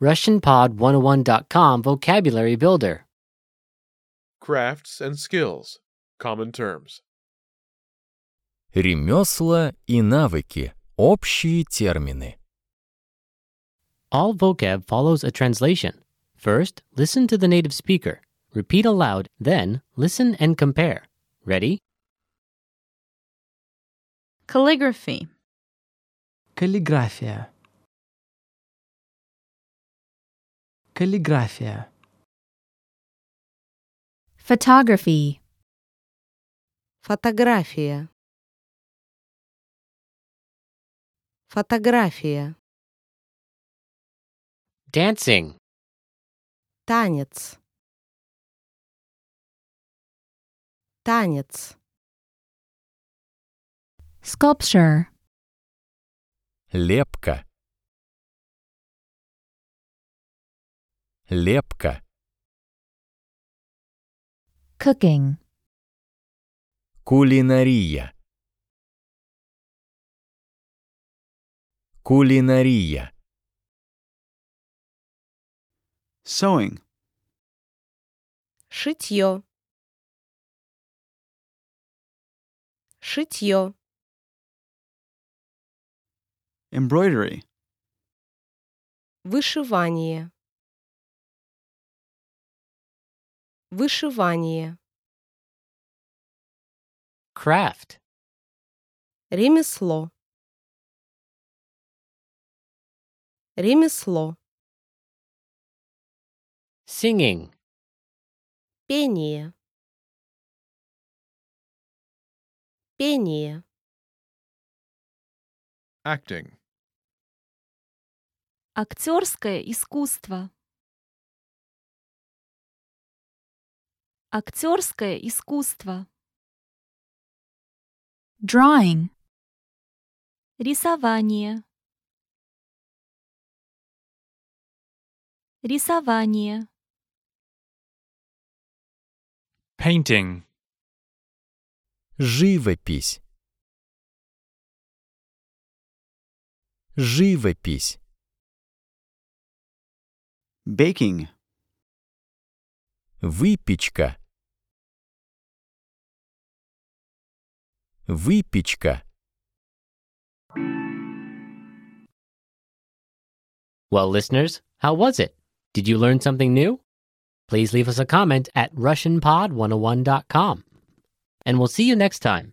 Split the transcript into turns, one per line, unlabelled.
RussianPod101.com Vocabulary Builder.
Crafts and skills. Common terms.
Ремесла и навыки. Общие термины.
All vocab follows a translation. First, listen to the native speaker. Repeat aloud, then, listen and compare. Ready?
Calligraphy.
Каллиграфия. Каллиграфия.
Photography.
Фотография. Фотография.
Dancing.
Танец. Танец.
Sculpture.
Лепка. Лепка.
Cooking.
Кулинария. Кулинария.
Sewing.
Шитье. Шитье.
Embroidery.
Вышивание. Вышивание.
Craft.
Ремесло. Ремесло.
Singing.
Пение. Пение.
Acting.
Актерское искусство. Актерское искусство.
Drawing.
Рисование. Рисование.
Painting.
Живопись. Живопись.
Baking.
Выпечка. Выпечка.
Well, listeners, how was it? Did you learn something new? oh Please leave us a comment at RussianPod101.com. And we'll see you next time.